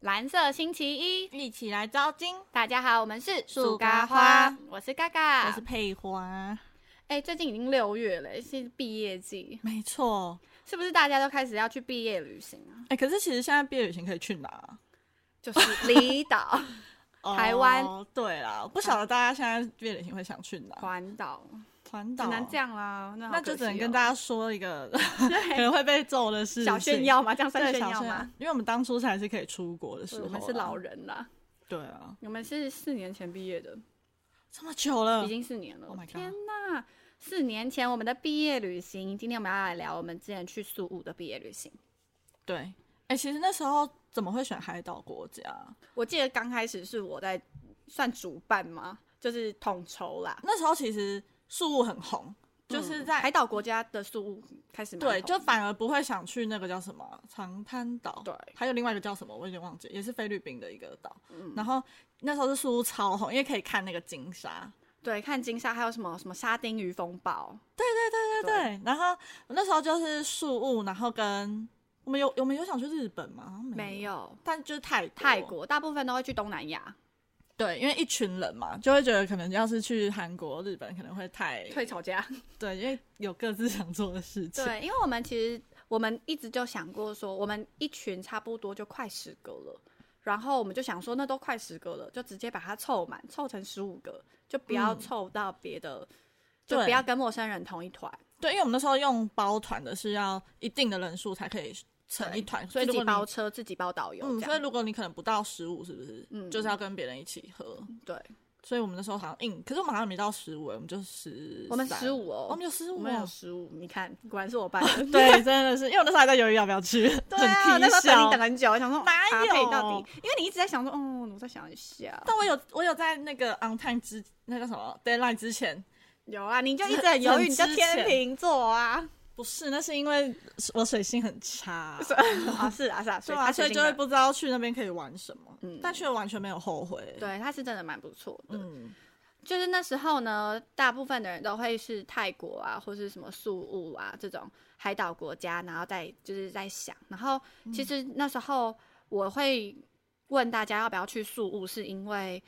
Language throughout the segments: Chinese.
蓝色星期一，一起来招金。大家好，我们是树咖花，我是嘎嘎，我是佩花，哎、最近已经六月了，是毕业季，没错。是不是大家都开始要去毕业旅行啊？哎、可是其实现在毕业旅行可以去哪？就是离岛、台湾哦对啦，不晓得大家现在毕业旅行会想去哪？ 环岛，环岛只能这，样啦。那那就只能跟大家说一个 可家能会被揍的事情，哦小炫耀嘛，这样算对炫小耀炫耀吗？？因为我们当初才是可以出国的时候，我们是老，人啦，对啊，我们是四年前毕业的，这么久了，已经四年了。嗯 Oh my god 天哪！四年前我们的毕业旅行，今天我们要来聊我们之前去苏武的毕业旅行。对。哎、其实那时候怎么会选海岛国家？我记得刚开始是我在算主办吗？就是统筹啦，那时候其实树屋很红，嗯就是在海岛国家的苏武开嗯始蛮对，红就反而不会想去那个叫什么长滩岛，对还有另外一个叫什么，我有点忘记，也是菲律宾的一个岛。嗯然后那时候是苏超红，因为可以看那个金沙。对，看金沙还有什么什么沙丁鱼风暴，对对对，然后那时候就是树屋，然后跟我们有我们有想去日本吗？好像没没有，有但就是泰泰国，大部分都会去东南亚，对，因为一群人嘛，就会觉得可能要是去韩国、日本可能会太退吵 架。对，因为有各自想做的事情。对，因为我们其实我们一直就想过说，我们一群差不多就快十个了，然后我们就想说，那都快十个了，就直接把它凑满，凑成十五个，就不要嗯凑到别的，就对不要跟陌生人同一团，对，因为我们那时候用包团的是要一定的人数才可以成一团，所以自如己果你包车，自己包导游，嗯，这所以样如果你可能不到十五，是不是？嗯就是要跟别人一起喝。对，所以我们那时候好像硬，可是我们好像没到十五，我们就十，我们十，五我哦们。有十我五，们有十五，你看，果然是 我办的。对，真的是，因为我那时候还在犹豫要不要去，对啊，很那踢时笑候等你等。很久，我想说哪搭有配到底？因为你一直在想说，嗯，我再想一下。但我有，我有在那个 on time 之那叫什么 deadline 之前，有啊，你就一直很犹豫，很你就之天前秤座啊，不是，那是因为我水性很差， 啊是啊是啊，所对以啊，他所以最就近会的不知道去那边可以玩什么，嗯但却完全没有后悔。，对，他是真的蛮不错的。嗯，就是那时候呢，大部分的人都会是泰国啊，或是什么宿务啊这种海岛国家，然后再就是在想，然后其实那时候我会问大家要不要去宿务，是因为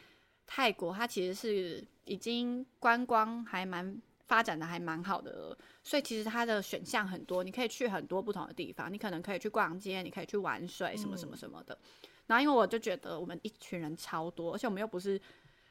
泰国它其实是已经观光还蛮发展的还蛮好的了，所以其实它的选项很多，你可以去很多不同的地方，你可能可以去逛街，你可以去玩水，什么什么什么的。然后因为我就觉得我们一群人超多，而且我们又不是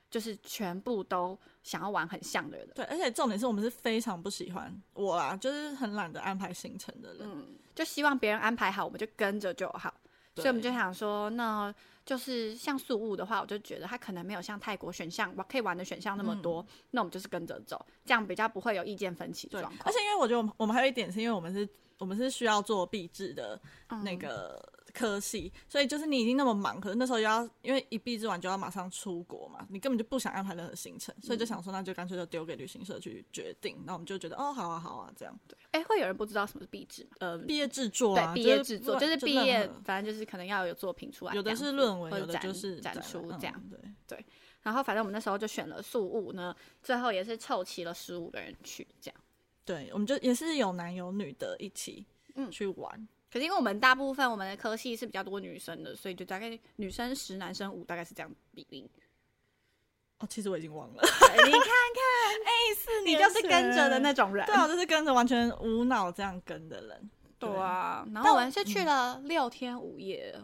就是全部都想要玩很像的人，对，而且重点是我们是非常不喜欢我啊，就是很懒得安排行程的人。就希望别人安排好，我们就跟着就好。嗯所以我们就想说，那就是像宿务的话，我就觉得它可能没有像泰国选项可以玩的选项那嗯么多，那我们就是跟着走，这样比较不会有意见分歧的对状，况而。且因为我觉得我们我们还有一点是因为我们是我们是需要做毕制的嗯那个科系，所以就是你已经那么忙，可是那时候又要因为一毕制完就要马上出国嘛，你根本就不想安排任何行程，所以就嗯想说那就干脆就丢给旅行社去决定。那我们就觉得哦，好啊，好啊，这样哎、会有人不知道什么是壁纸吗？呃，毕业制作啊，对，毕业制作就就是是不毕业就任何，反正就是可能要有作品出来这有样子，的是论文，或有者的就是展出览这样。嗯对，然后反正我们那时候就选了宿务呢，最后也是凑齐了十五个人去这样。对，我们就也是有男有女的一起嗯去玩，可是因为我们大部分我们的科系是比较多女生的，所以就大概女生十，男生五，大概是这样比例。哦，其实我已经忘了，对 你看，是 你就是跟着的那种人。对啊，我就是跟着完全无脑这样跟的人。对啊，然但后我我们是去了六天五夜。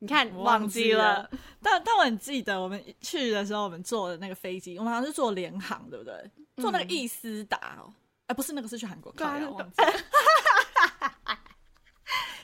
你看，我忘记了了，，但但我很记得我们去的时候，我们坐的那个飞机，我们好像是坐联航，对不对？坐那个易思达哦，哎、不是那个是去韩国，嗯对啊靠呀那个忘记了。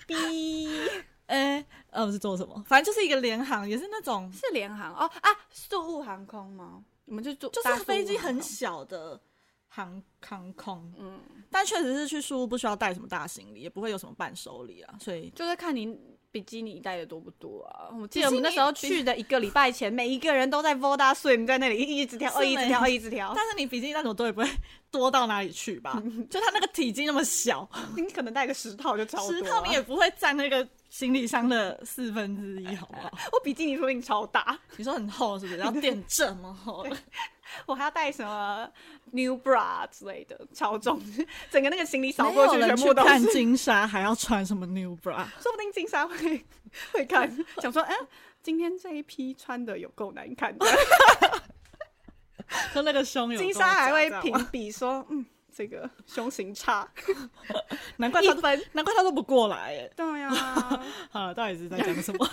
逼 哎、呃，我是坐什么？反正就是一个联航，也是那种，是联航哦啊，宿务航空吗？我们就坐就搭是宿飞务机航很空小的航航空，嗯，但确实是去宿务不需要带什么大行李，也不会有什么伴手礼啊，所以就是看你比基尼带的多不多啊。我比记得我基们那尼时候比去的一个礼拜前，每一个人都在 Voda Swim 在那里一直跳，是哦一直没跳，哦一直 跳。但是你比基尼那种多也不会 多到哪里 去吧？就它那个体积那么小，你可能带个十套就超多、啊十套你也不会占那个行李箱的四分之一，好不好？ 我哦比基尼说不定超大，你说很厚是不是？然后 垫这么厚，我还要带什么 new bra 之类的，超重，整个那个行李扫没过有去人全去部都看是。金沙，还要穿什么 new bra？说不定金莎会会看，想说，哎、今天这一批穿的有够难看的。说那个胸 有金多莎还会大这样吗评比说，嗯，这个胸型差难怪一他都 分。难怪他都不过来哎。对呀、好了，到底是在讲什么？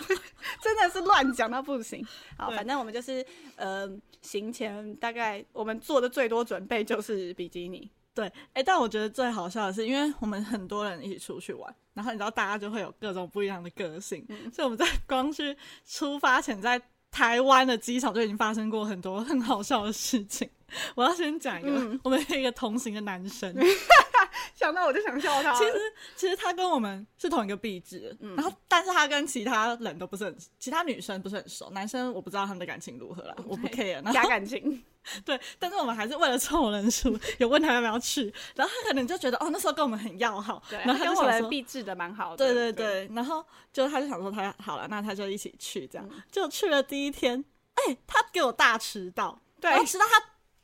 真的是乱讲到不行。好，对反正我们就是，呃，行前大概我们做的最多准备就是比基尼。对，哎、但我觉得最好笑的是，因为我们很多人一起出去玩，然后你知道大家就会有各种不一样的个性，所以我们在光是出发前在台湾的机场就已经发生过很多很好笑的事情。我要先讲一个，我们有一个同行的男生，想到我就想笑他了。其实其实他跟我们是同一个壁纸，然后但是他跟其他人都不是很，其他女生不是很熟，男生我不知道他们的感情如何啦，我不 care。然后假感情，对，但是我们还是为了凑人数，有问他要不要去，然后他可能就觉得哦，那时候跟我们很要好，对，然后他他跟就我想们说。币制的蛮好的。对对，对，然后就他就想说他好了，那他就一起去这样，就去了第一天，哎、他给我大迟到，对然后迟到他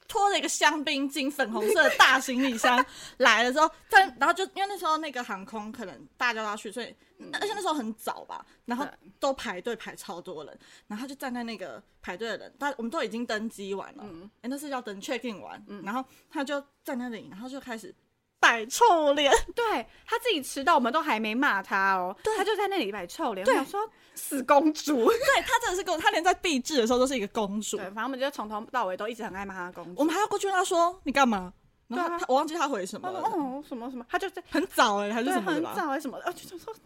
拖了一个香槟金粉红色的大行李箱来的时候，但然后就因为那时候那个航空可能大家都要去，所以而且那时候很早吧，然后对都排队排超多人，然后他就站在那个排队的人，但我们都已经登机完了，哎、嗯那是要等 check in 完，然后他就站在那里，然后就开始摆臭脸。 对他自己迟到，我们都还没骂他哦，他就在那里摆臭脸，我想说死 公主。对哎她真的是公主，她连在闭制的时候都是一个公主对，。反正我们就从头到尾都一直很爱骂他公主。我们还要过去问她说：“你干嘛？”然后对她啊她我忘记她回什么他说了，哦什么什么，他就在很早哎、欸，还是对什么的很吧？早还是什么的，哦就想说死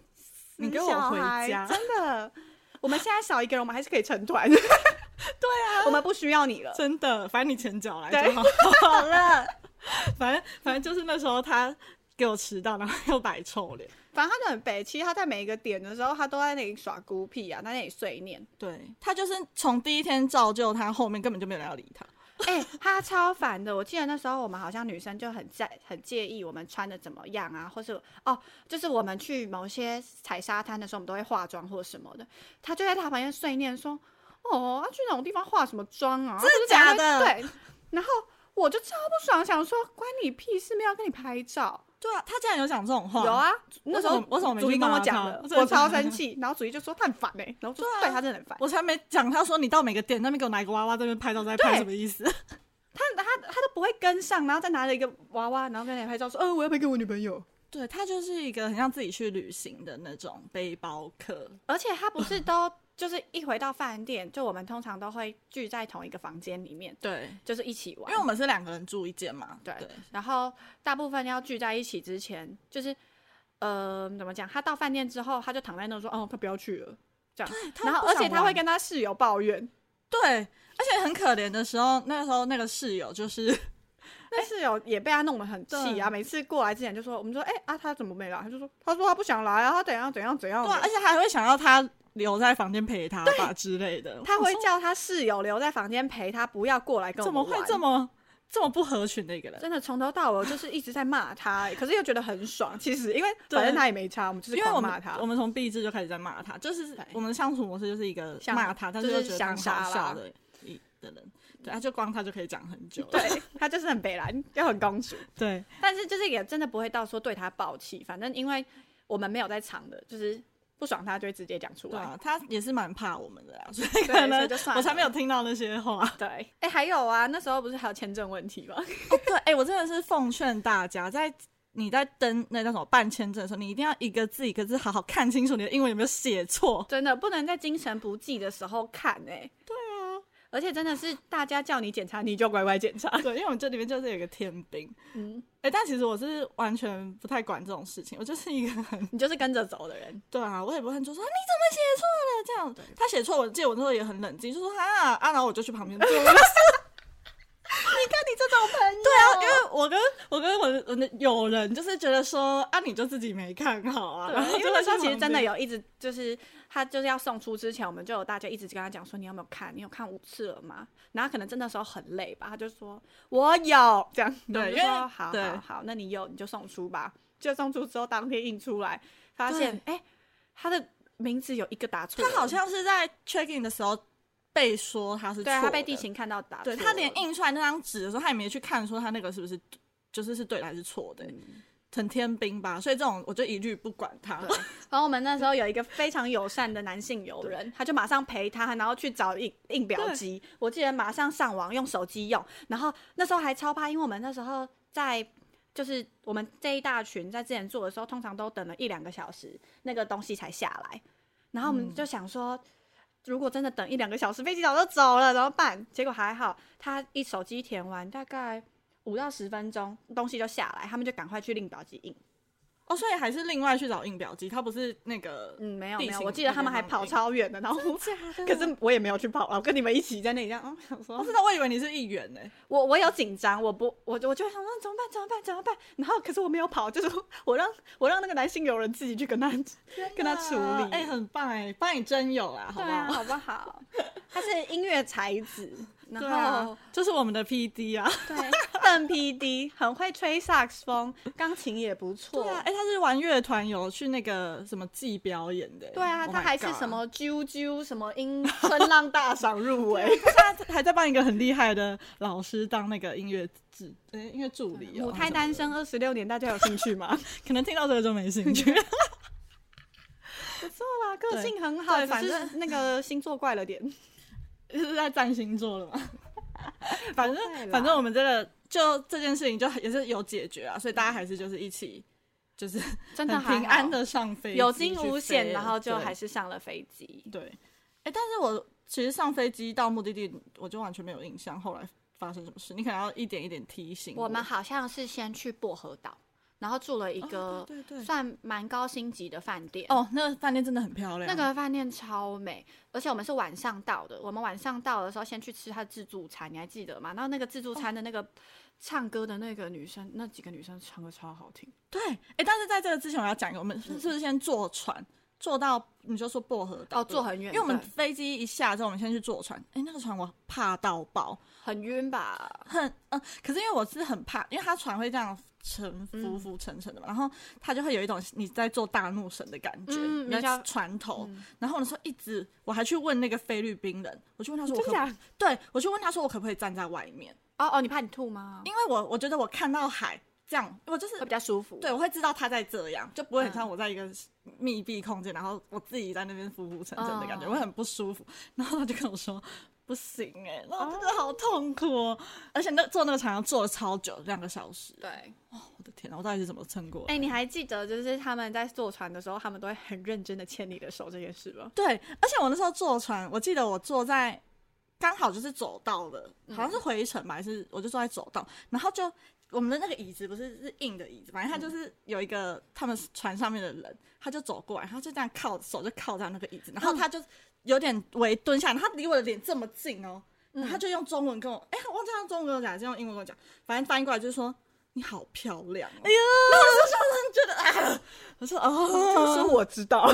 你给我小回孩家真 的。我们现在少一个人，我们还是可以成团。对啊， 我们不需要你 了。真的，反正你前脚来对就好。 好了，反正反正就是那时候她给我迟到，然后又摆臭脸。 反正他就很北其实他在每一个点的时候，他都在那里耍孤僻啊，在那里碎念。对她就是从第一天照就她，后面根本就没有人要理她。 哎、他超烦的。我记得那时候我们好像女生就很在很介意我们穿的怎么样啊，或是哦，就是我们去某些踩沙滩的时候，我们都会化妆或什么的。他就在他旁边碎念说：“哦，啊去那种地方化什么妆啊？”真的假的就是等一下会对。然后我就超不爽，想说关你屁事，没有要跟你拍照。对啊，她竟然有讲这种话。有啊，那我时怎候么我怎么没祖去一跟我骂他啊讲的我，真的我超觉得生气。然后祖一就说他很烦哎、然后就对啊对他真的很烦。我才没讲，她说你到每个点那边给我拿一个娃娃，这边拍照在拍对什么意 思？他他他都不会跟上，然后再拿着一个娃娃，然后跟你拍照哦说：“呃，我要拍给我女朋友。” 对她就是一个很像自己去旅行的那种背包客。而且他不是都就是一回到饭店，就我们通常都会聚在同一个房间里面，对，就是一起玩。因为我们是两个人住一间嘛。对然后大部分要聚在一起之前，就是呃怎么讲？他到饭店之后，他就躺在那说：“哦，他不要去了。”这样。他然后不而想且他会玩跟他室友抱怨，对，而且很可怜的时候，那时候那个室友就是哎那室友也被他弄得很气啊。每次过来之前就说：“我们说，哎、啊他怎么没来？”他就说：“他说他不想来啊，他怎样怎样怎样对的。啊、而且还会想要他留在房间陪他吧之类的。他我会说叫他室友留在房间陪他，不要过来跟我怎么们会玩这么这么不合群的一个人？真的从头到尾我就是一直在骂他、欸，可是又觉得很爽。其实因 为对反正他也没差，我们就是因为我狂骂们他我。们从毕制就开始在骂他，就是对我们的相处模式就是一个像骂他，但就又是觉得想很杀好啦笑的一的人。对啊，就光他就可以讲很久了。 对 他就是很北蓝，又很公主，对但是就是也真的不会到说对他暴气，反正因为我们没有在场的，就是不爽他就会直接讲出对来。啊，他也是蛮怕我们的啦，所以对可所能以就算我才了没有听到那些话。对，哎、还有啊，那时候不是还有签证问题吗？ 哦， 对，哎、我真的是奉劝大家，在你在登那叫什么办签证的时候，你一定要一个字一个字好好看清楚你的英文有没有写错。真的不能在精神不济的时候看哎、对啊，而且真的是大家叫你检查，你就乖乖检查。对，因为我们这里面就是有一个天兵，嗯，哎、但其实我是完全不太管这种事情，我就是一个很 你就是跟着走的人。对啊，我也不会就说啊你怎么写错了这样。他写错，我记得我那时候也很冷静，就说啊啊，然后我就去旁边坐。 对看你这种朋友，对啊，因为我跟我跟我的我的友人就是觉得说啊，你就自己没看好啊，然对，后因为就那会时候去其实旁真的边有一直就是他就是要送出之前，我们就有大家一直跟他讲说你有没有看，你有看五次了吗？然后可能真的时候很累吧，他就说我有这样，对我因就为说好好对好那你有你就送出吧。就送出之后当天印出来，发现哎、他的名字有一个打错了，他好像是在 check in 的时候被说他是对啊他错被的地勤看到打错对了，他连印出来那张纸的时候，他也没去看说他那个是不是就是是对的还是错的、成天兵吧，所以这种我就一律不管他。对然后我们那时候有一个非常友善的男性友人，他就马上陪他，然后去找印印表机。我记得马上上网用手机用，然后那时候还超怕，因为我们那时候在就是我们这一大群在之前做的时候，通常都等了一两个小时，那个东西才下来。然后我们就想说，如果真的等一两个小时，飞机早就走了，怎么办？结果还好，他一手机填完大概五到十分钟，东西就下来，他们就赶快去印表机印。哦，所以还是另外去找印表机，他不是那个嗯，没有地没有，形我记得那他们边还帮跑你超远的，然后假的可是我也没有去跑啊了，我跟你们一起在那里这样，嗯，想我说知道，我以为你是议员呢、我我有紧张，我不我就我就想说怎么办怎么办怎么办，然后可是我没有跑，就是我让我让那个男性友人自己去跟他，跟他处理哎、很棒哎、帮你真有啦，好不好？ 好不好？他是音乐才子，然对后啊，这是我们的 P D 啊，对笨 PD 很会吹萨克斯风，钢琴也不错，对啊，哎、他是玩乐团有去那个什么季表演的欸、对啊， Oh 他 my 还是 God 什么啾啾什么音春浪大赏入 围， 他还在帮一个很厉害的老师当那个音乐制，呃、音乐助理、哦。母胎单身二十六年，大家有兴趣吗？可能听到这个就没兴趣。不错啦，个对性很好，对只反是正那个星座怪了点。是在占星座了 吗？反不会正啦反正我们这个就这件事情就也是有解决啊，所以大家还是就是一起就是 嗯真的很平安的上飞机去飞了，有惊无险，然后就对还是上了飞机。对。哎、但是我其实上飞机到目的地，我就完全没有印象后来发生什么事，你可能要一点一点提醒我们好像是先去薄荷岛，然后住了一哦个对对对算蛮高星级的饭店。哦，那个饭店真的很漂亮，那个饭店超美，而且我们是晚上到的。我们晚上到的时候，先去吃它的自助餐，你还记得吗？然后那个自助餐的那个唱歌的那个女生，那几个女生唱歌超好听。对，哎、但是在这个之前，我要讲一个，我们是是不是先坐船坐到你就说薄荷岛？哦，对坐很远，因为我们对飞机一下之后，我们先去坐船。哎、那个船我怕到爆，很晕 吧？很嗯、可是因为我是很怕，因为它船会这样沉嗯浮浮沉沉的嘛，然后它就会有一种你在做大怒神的感觉，嗯你在你嗯船头。然后我那时候一直，我还去问那个菲律宾人，我去问他说我可真假对我去问他说我可不可以站在外面，哦哦，你怕你吐吗？因为我我觉得我看到海这样，我就是会比较舒服。对，我会知道他在这样，就不会很嗯像我在一个密闭空间，然后我自己在那边浮浮沉沉的感觉，我会很不舒服。然后他就跟我说。不行哎、欸，那我真的好痛苦哦！而且那坐那个船要坐了超久，两个小时。对。我的天哪，我到底是怎么撑过来？哎、你还记得就是他们在坐船的时候，他们都会很认真的牵你的手这件事吗？对，而且我那时候坐船，我记得我坐在刚好就是走道的，好像是回程吧，还是我就坐在走道，然后就我们的那个椅子不是是硬的椅子，反正他就是有一个他们船上面的人，他就走过来，他就这样靠手就靠在那个椅子，然后他就有点微蹲下，然后他离我的脸这么近哦，然后他就用中文跟我，哎、我忘记他用中文跟我讲，还是用英文跟我讲，反正翻译过来就是说。你好漂亮、哦！哎呀，然后我就觉得，哎呀，我说哦，就是我知 道，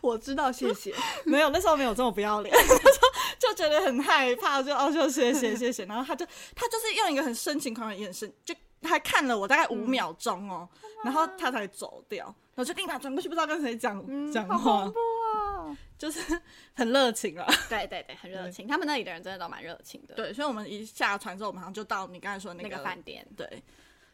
我知道，谢谢。 没有，那时候没有这么不 要脸，就就觉得很害怕，就哦，就谢谢谢谢。然后他就他就是用一个很深情款款的眼神，就他看了我大概五秒钟哦，然后他才走掉。然后就立马转过去，不知道跟谁讲讲话，嗯怖哦！就是很热情啊了。对对对，很热情，他们那里的人真的都蛮热情的。， 对，所以我们一下船之后，我们好像就到你刚才说的那个个饭店对，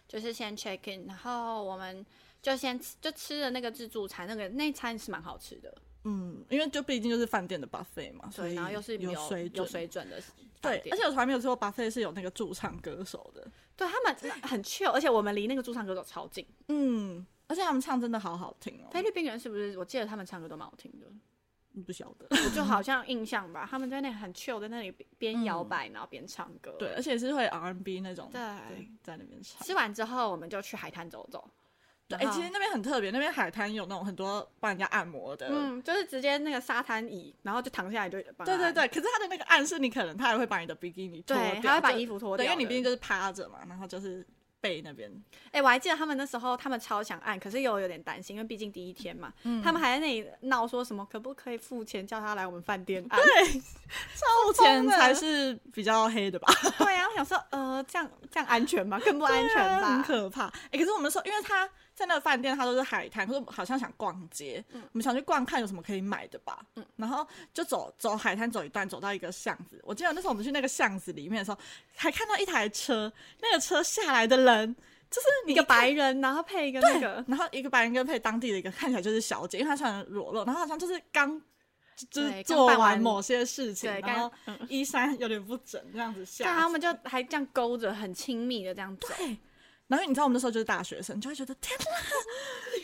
就是先 check in，然后我们就先吃就吃了那个自助餐，那个那餐是蛮好吃的，嗯，因为就毕竟就是饭店的 buffet 嘛，所对，以然后又是有水水准有。水准的对饭，店而且我从来没有吃过 buffet 是有那个驻唱歌手的，对他们很 chill，而且我们离那个驻唱歌手超近。嗯，而且他们唱真的好好听哦，菲律宾人是不是？我记得他们唱歌都蛮好听的。不晓得。我就好像印象嗯吧，他们在那里很 chill，在那里边摇摆，然后边唱歌。对，，而且是会 R&B 那种，对在那边唱。吃完之后我们就去海滩走走。对，然哎、后其实那边很特别，那边海滩有那种很多帮人家按摩的。嗯，就是直接那个沙滩椅，然后就躺下来就帮他对按。对对，可是他的那个按是你可能他还会把你的比基尼脱对，掉他会把就衣服脱对，掉因为的。你毕竟就是趴着嘛，然后就是背那边。哎、我还记得他们那时候，他们超想按，可是又有点担心，因为毕竟第一天嘛，嗯他们还在那里闹说什么可不可以付钱叫他来我们饭 店按？啊 付钱疯了才是比较黑的吧？对啊，我想说呃，这样这样安全吗？更不安全对啊很吧？可怕。哎、可是我们说，因为他在那个饭店，它都是海滩，可是我好像想逛街，嗯我们想去逛看有什么可以买的吧。然后就走走海滩走一段，走到一个巷子，我记得那时候我们去那个巷子里面的时候，还看到一台车，那个车下来的人就是你一个白人，然后配一个那个，然后一个白人跟配当地的一个看起来就是小姐，因为她穿的裸露，然后好像就是刚就是对做刚办完完某些事情，对然后刚衣衫有点不整这样子下但去他们就还这样勾着，很亲密的这样走，然后你知道我们那时候就是大学生，就会觉得天哪，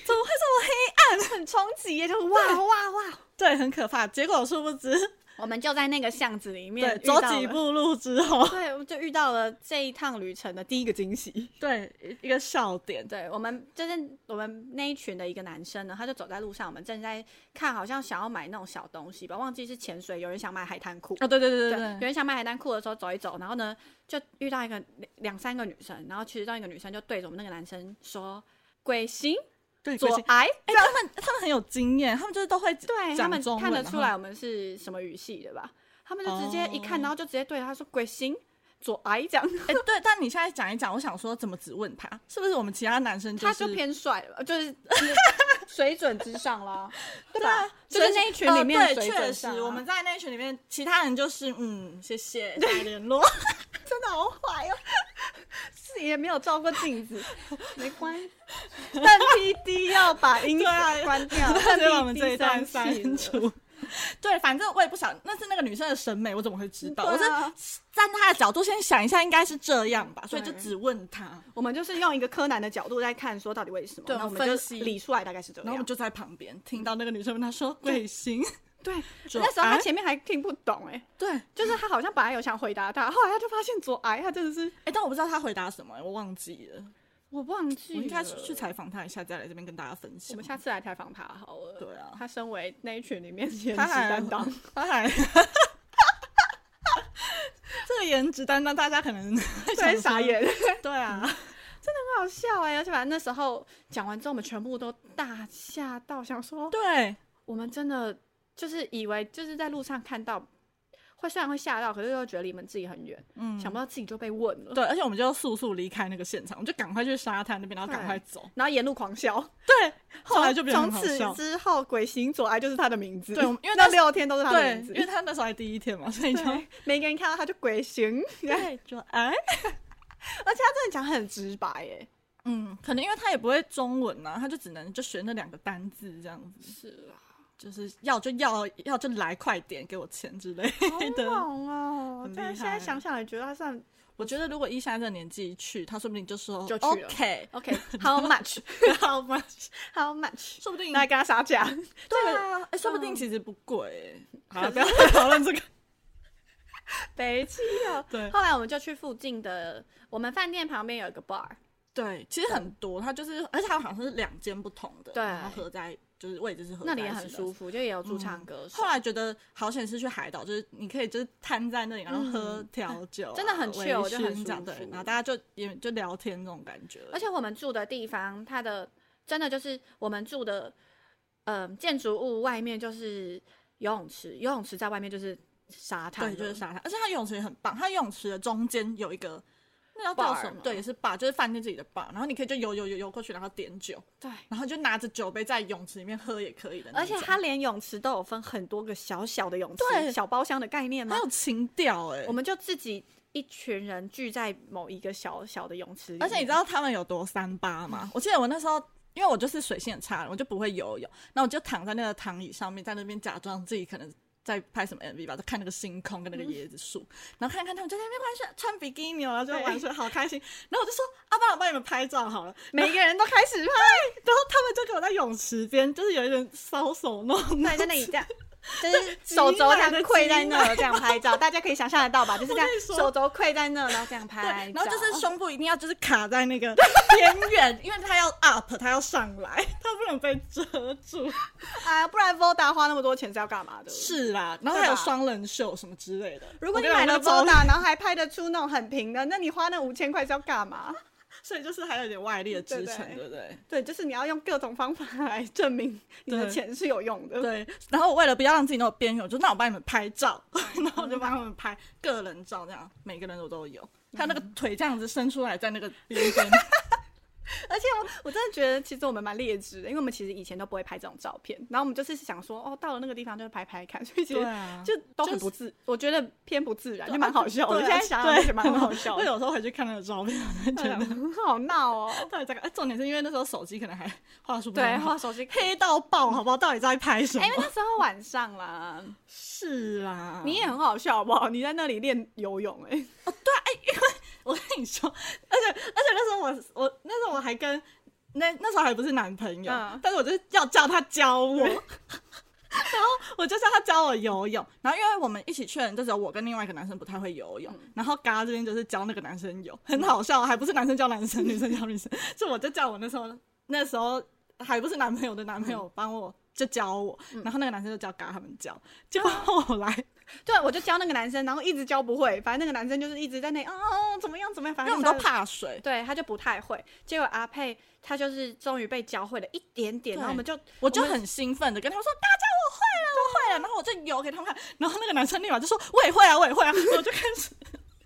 怎么会这么黑暗？很冲击耶，就是哇哇哇！对，很可怕。结果殊不知，我们就在那个巷子里面对，遇走到几了，步路之后， 对，我们就遇到了这一趟旅程的第一个惊喜。 对，一个笑点， 对我们就是我们那一群的一个男生呢，他就走在路上，我们正在看，好像想要买那种小东西吧，忘记是潜水，有人想买海滩裤。啊、对对对对，对有人想买海滩裤的时候走一走，然后呢就遇到一个两两三个女生，然后其中一个女生就对着我们那个男生说：“鬼行对，左左哎、癌。他们他们很有经验，他们就是都会” 哎对他讲们中看得文出，来我们是什么语系的吧？他们就直接一看，哦然后就直接对着他说：“鬼行左癌。”这样，然后哎、对，但你现在讲一讲，我想说怎么只问他，是不是我们其他男生他是就偏帅了吧， 就是水准之上啦，对对啊吧？就是所以那一群里面呃、水对，确准上啊、实我们在那一群里面，其他人就是嗯，谢谢，再联 络， 真的好坏哦，自己也没有照过镜子， 没关系。但 P D 要把音对啊响关掉，他 但就把我们这一 PD 段生气删了。除。 对，反正我也不想，那是那个女生的审美，我怎么会知道？我是对啊站在她的角度先想一下，应该是这样吧，所以就对只问她，我们就是用一个柯南的角度在看，说到底为什么？对那我们分就析理出来大概是这然后我们样。就在旁边听到那个女生问她说“鬼行对，左那时候哎他前面还听不懂哎、”，对， 哎、就是他好像本来有想回答他，后来他就发现左癌，他真的是哎但我不知道她回答什么、我忘记了，我忘记我应该是了去采访她一下，再来这边跟大家分我享 们。下次来采访他好了。对啊他身为那一群里面颜值她还担当，，她还。 这个颜值担当，大家可能 会想对，说傻。眼。 对啊，好笑哎、而且反正那时候讲完之后，我们全部都大吓到，想说对，我们真的就是以为就是在路上看到，会虽然会吓到，可是又觉得离我们自己很远，嗯，想不到自己就被问了，对，而且我们就要速速离开那个现场，我们就赶快去沙滩那边，然后赶对快走。然后沿路狂笑。对，后来就从变得很好从此笑。之后，鬼行左爱哎就是他的名字。对我们因为那那时六天都是他的对名，字因。为他那时候还第一天嘛，所以就对，每个人看到他就鬼行，而对就哎，且他真的讲很直白哎。嗯，可能因为他也不会中文呐、他就只能就学那两个单字这样子，是啊，就是要就要要就来快点给我钱之类好的。猛哦！很厉害但是现在想想也觉得他算 我觉得如果一现在这个年纪去，他说不定就说就去了 OK， OK，How much？How 好吗？ much？说不定来跟他杀价。 对啊，哎说不定嗯其实不贵、欸。好了，可是不要 再讨论这个。哎北气哦。对后来我们就去附近的，我们饭店旁边有一个 bar，哦对，其实很多，它就是，而且它好像是两间不同的，对然后合在就是位置是嗯合在那一起里的也很舒。服，就也有驻唱歌手后，来觉得好险是去海岛，就是你可以就是瘫在那里，然后喝调酒啊、真的很微 chill，就很醺这样舒对服，然后大家就也就聊天这种感觉而已。而且我们住的地方，它的真的就是我们住的，嗯、建筑物外面就是游泳池，游泳池在外面就是沙滩对，了，就是沙滩，而且它游泳池也很棒，它游泳池的中间有一个那叫叫 Bar 什么吗？对，也是 bar，就是饭店自己的 bar，然后你可以就游游游游过去，然后点酒，对。然后就拿着酒杯在泳池里面喝也可以的那而种。且它连泳池都有分很多个小小的泳对池，小包厢的概念吗很？有情调哎、我们就自己一群人聚在某一个小小的泳池里面，而且你知道他们有多三八吗？我记得我那时候，因为我就是水性很差的人，我就不会游泳，那我就躺在那个躺椅上面，在那边假装自己可能在拍什么 MV 吧，就看那个星空跟嗯那个椰子树，然后看看他们就在那边玩水，穿比基尼哦，然后就玩水，好开心。然后我就说，阿爸，我帮你们拍照好了。每一个人都开 始拍，然后他们就给我在泳池边，就是有一人搔首弄姿， 对，在那里这样，就是手肘这样跪在那这样拍照，大家可以想象得到吧？就是这样我跟你说手肘跪在那，然后这样对拍，然后就是胸部一定要就是卡在那个边缘，因为他要 up，他要上来，他不能被遮住。啊，不然 Voda 花那么多钱是要干嘛的？。是 啦，然后还有对吧双人秀什么之类的。如果你我跟讲买了那个照片 Voda，然后还拍得出那种很平的，那你花那五千块是要干嘛？所以就是还有点外力的支撑，对对不对？对，就是你要用各种方法来证明你的对钱是有用的。对，然后我为了不要让自己那么边缘，我就那我帮你们拍照， 然后我就帮他们拍个嗯人照，这样每个人我都有。他那个腿这样子伸出来，在那个边边，而且我我真的觉得，其实我们蛮劣质的，因为我们其实以前都不会拍这种照片，然后我们就是想说，哦，到了那个地方就拍拍看，所以其实对啊就都很不自，我觉得偏不自然，就蛮好笑的。我现在想想对也蛮 好笑我的，嗯有时候回去看那个照片，我就觉得很好闹哦。 到底在干？哎重点是因为那时候手机可能还画术不是对， 很好画手机，黑到爆，好不好？到底在拍什么？哎，因为那时候晚上啦，是啊啦，你也很好笑，好不好？ 你在那里练游泳，哎，我跟你说，而且而且那时候我我那时候我还跟那那时候还不是男朋友，嗯但是我就是要叫他教我， 然后我就叫他教我游泳，然后因为我们一起去的人就只有我跟另外一个男生不太会游泳，然后嘎这边就是教那个男生游，很好笑，还不是男生教男生，女生教女生， 就我就叫我那时候那时候还不是男朋友的男朋友帮我。就教我，然后那个男生就教嘎他们教，结果后来对，我就教那个男生，然后一直教不会，反正那个男生就是一直在那里，哦哦，怎么样怎么样，反因为正我们都就是怕水，对，他就不太会。结果阿佩他就是终于被教会了一点点，对然后我们就我就很兴奋的跟他们说：“大家我会了，我会了。”然后我就游给他们看，然后那个男生立马就说：“我也会啊，我也会啊。”我就开始，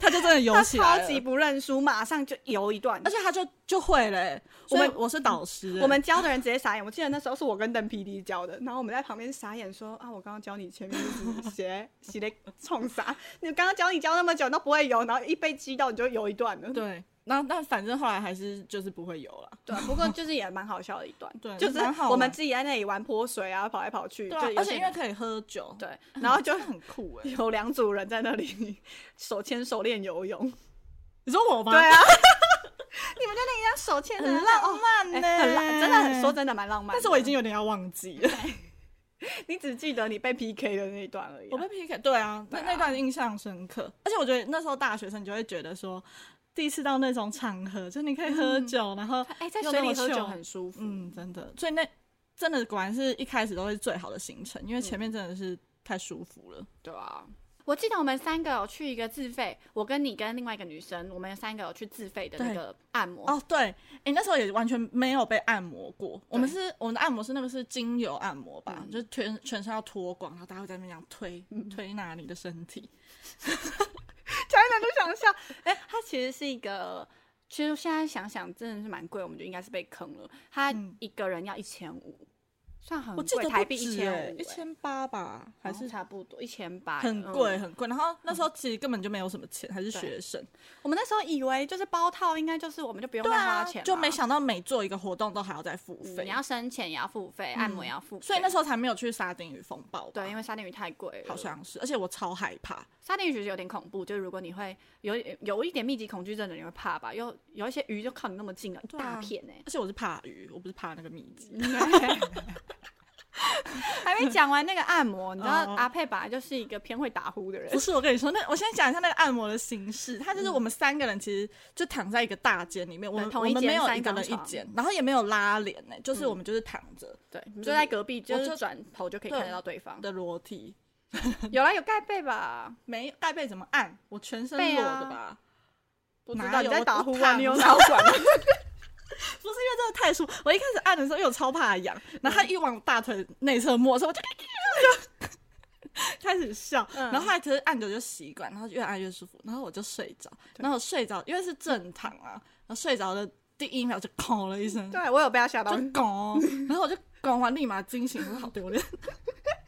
他就真的游他起来超了级，不认输，马上就游一段而。且他就就会了、欸。我我们们我是导师、欸我们教的人直接傻眼，我记得那时候是我跟邓 PD 教的，然后我们在旁边傻眼说啊，我刚刚教你前面一直写写的冲啥，你刚刚教你教那么久你都不会游，然后一被激到你就游一段了。对，然后但反正后来还是就是不会游了。对，啊不过就是也蛮好笑的一段，对就是蛮好玩我们自己在那里玩泼水啊，跑来跑去，对、啊就有些，而且因为人可以喝酒，对，然后就真的很酷哎、有两组人在那里手牵手练游泳，你说我吗？对，啊， 你们在那里要手牵着，很浪漫哎、呢、很浪，真的很说，真的蛮浪漫的。但是我已经有点要忘记了。你只记得你被 PK 的那一段而已啊、我被 PK，对啊，那对啊那段印象深刻。而且我觉得那时候大学生，你就会觉得说，第一次到那种场合，就你可以喝酒，然后哎、在又那水里么喝酒秀很舒服。嗯，真的，所以那真的果然是一开始都是最好的行程，因为前面真的是太舒服了。对啊，我记得我们三个有去一个自费，我跟你跟另外一个女生，我们三个有去自费的那对个按摩。哦，对，哎、那时候也完全没有被按摩过。我们是我们的按摩是那个是精油按摩吧，嗯就是全全身要脱光，然后大家会在那边这样推、推拿你的身体。讲一讲就想笑。哎、它其实是一个，其实现在想想真的是蛮贵，我们就应该是被坑了。它嗯一个人要一千五，算很我记贵，得台币一一千五，一千八吧，还还是是差不多一千八，很嗯贵很贵。然后那时候其实根本就没有什么钱，还是对学生，我们那时候以为就是包套，应该就是我们就不用再花钱了、啊就没想到每做一个活动都还要再付嗯费你，要深潜也要付费，按摩也要付费，嗯所以那时候才没有去沙丁鱼风暴吧。对，因为沙丁鱼太贵了，好像是，而且我超害怕。沙丁鱼其实有点恐怖，就是如果你会有有一点密集恐惧症的，你会怕吧？有有一些鱼就靠你那么近啊，一对啊大片呢、而且我是怕鱼，我不是怕那个蜜汁。 还没讲完那个按摩，你知道哦阿佩本来就是一个偏会打呼的人不，是，我跟你说，那我先讲一下那个按摩的形式。它就是我们三个人其实就躺在一个大间里面，我们嗯同我一间们没有三一个人一张床嗯间，然后也没有拉帘呢、就是我们就是躺着对，你就在隔壁，就我是就转头就可以对看得到对方。的裸体，有啦，有盖被吧？没盖被怎么按？我全身被裸啊的吧？不知哪道你有在我打我呼啊？躺你有着脑管吗？不是因为真的太舒 服，我一开始按的时候因为我超怕痒，嗯然后他一往我大腿内侧摸的时候，我就 开始笑，嗯然后后来其实按久就习惯，然后越按越舒服，然后我就睡着，然后我睡着，因为是正躺啊，然后睡着的第一秒就吼了一声， 对，我有被他吓到。就拱，然后我就拱完立马惊醒，我说好丢脸。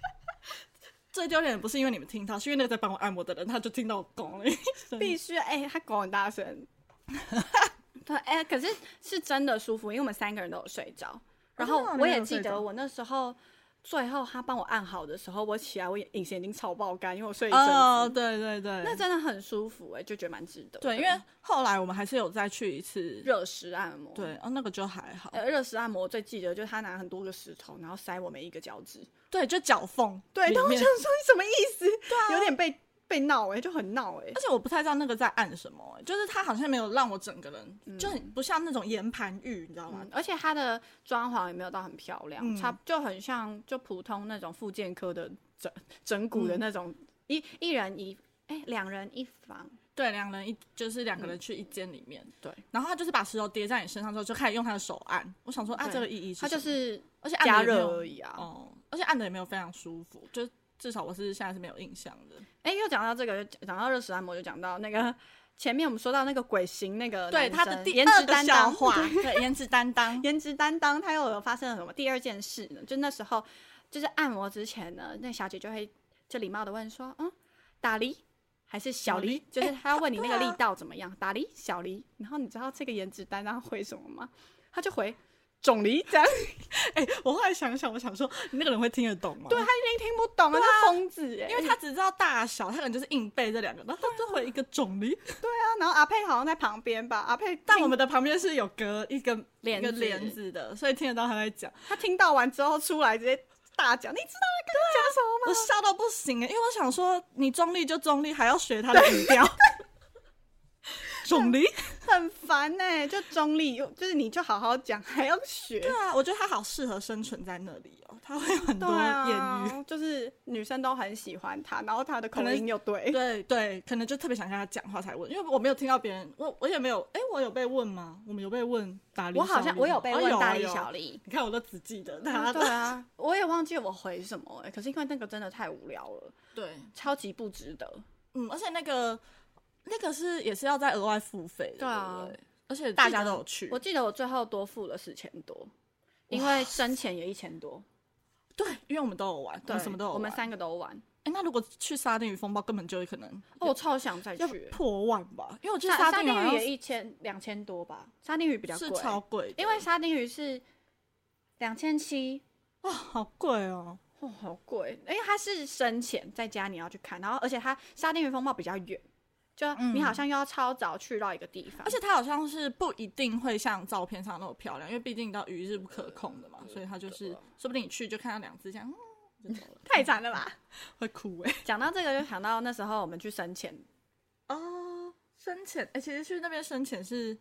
最丢脸的不是因为你们听到，是因为那个在帮我按摩的人，他就听到我拱了一声。 必须哎、他狗很大 声。对，哎、可是是真的舒服，因为我们三个人都有睡着。然后真的哦我你也有记睡得着我那时候最后他帮我按好的时候，我起来我隐形已经超爆干，因为我睡一阵子。哦，对对对，那真的很舒服哎、就觉得蛮值得的。对，因为后来我们还是有再去一次热石按摩，对，哦，那个就还好。呃，热石按摩我最记得就是他拿很多个石头，然后塞我每一个脚趾。对，就脚缝。对，里但我面想说你什么意思？对啊，有点被被闹哎、就很闹哎、而且我不太知道那个在按什么、欸就是它好像没有让我整个人，就很不像那种岩盘浴，你知道吗？嗯嗯，而且它的装潢也没有到很漂亮，嗯差就很像就普通那种复健科的整整骨的那种，一一人一哎两人一房，对，两人一就是两个人去一间里面，嗯对，然后他就是把石头叠在你身上之后，就开始用他的手按。我想说，啊，对这个意义是它就什么是而且按加得也没热有而已啊。哦、而且按的也没有非常舒服，就至少我是现在是没有印象的。哎、又讲到这个，就讲到热石按摩，就讲到那个前面我们说到那个鬼形那个对男他的生第颜值二个担笑当 话，对颜值担当，颜值担当，他又有发生了什么第二件事呢？就那时候，就是按摩之前呢，那小姐就会就礼貌的问说，嗯，打梨还是小小梨梨？就是哎他要问你对那个啊力道怎么样，打梨、小梨。然后你知道这个颜值担当回什么吗？他就回种梨，这样哎、我后来想想，我想说，你那个人会听得懂吗？对他一定听不懂啊，那疯子哎。因为他只知道大小，他可能就是硬背这两个，然后他就会一 个种梨。然后阿佩好像在旁边吧，阿佩但听我们的旁边是有隔一个帘一个子帘子的，所以听得到他在讲。他听到完之后出来直接大叫，你知道他刚刚讲什么吗？我笑到不行哎、因为我想说，你中立就中立，还要学他的语调。种梨， 很烦呢、就中立，又就是你就好好讲，还要学。对啊，我觉得他好适合生存在那里哦，他会有很多对谚语。 啊， 就是女生都很喜欢他，然后他的可口能音又对，对对，可能就特别想跟他讲话才问，因为我没有听到别人，我我也没有，哎、我有被问吗？我们有被问打理 哦我好像我有被问大理力小丽。啊你看我都只记得他 啊的对啊，我也忘记我回什么哎、可是因为那个真的太无聊了，对，超级不值得。嗯，而且那个那个是也是要再额外付费的，对啊不对，而且大大家家都有去，我记得我最后多付了四千多，因为生前也一千多，对，因为我们都有玩，我对，们什么都有玩，我们三个都玩。哎，那如果去沙丁鱼风暴，根本就可能哦，我超想再要去。破万吧，因为我觉得沙丁丁鱼好鱼像也一千两千多吧，沙丁鱼比较是贵，超贵的，因为沙丁鱼是两千七，哇，好贵哦，哦，好贵，因为它是深潜，在家你要去看，然后而且它沙丁鱼风暴比较远，就你好像又要超早去到一个地方，嗯而且它好像是不一定会像照片上那么漂亮，因为毕竟你知道鱼是不可控的嘛，所以它就是说不定你去就看到两只这样，啊嗯，就走了，太惨了吧！会哭哎。 讲到这个，就想到那时候我们去深潜， 哦，深潜哎，其实去那边深潜是